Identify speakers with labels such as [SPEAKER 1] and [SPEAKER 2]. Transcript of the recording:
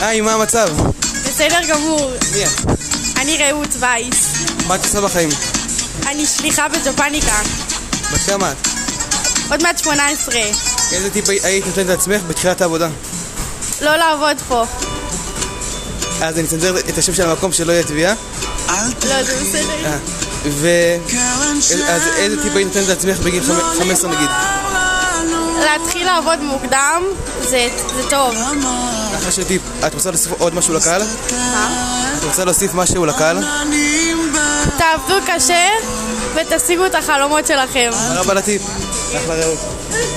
[SPEAKER 1] היי, מה המצב?
[SPEAKER 2] בסדר גמור.
[SPEAKER 1] מי את?
[SPEAKER 2] אני רעות וייס.
[SPEAKER 1] מה את עושה בחיים?
[SPEAKER 2] אני שליחה בג'פניקה.
[SPEAKER 1] בת כמה את?
[SPEAKER 2] עוד מעט 18.
[SPEAKER 1] איזה טיפ הי- היית נותנת לעצמך בתחילת העבודה?
[SPEAKER 2] לא לעבוד פה.
[SPEAKER 1] אז אני אצנזר את השם של המקום שלא יהיה תביעה.
[SPEAKER 2] לא, זה בסדר.
[SPEAKER 1] אה, ו... איזה- אז איזה טיפ היית נותנת לעצמך בגיל חמ- 15 נגיד?
[SPEAKER 2] להתחיל לעבוד מוקדם זה, זה טוב.
[SPEAKER 1] אחרי שטיפ, את רוצה להוסיף עוד משהו לקהל? את רוצה להוסיף משהו לקהל?
[SPEAKER 2] תעבדו קשה ותשיגו את החלומות שלכם.
[SPEAKER 1] תודה רבה לטיפ. אחלה רעות.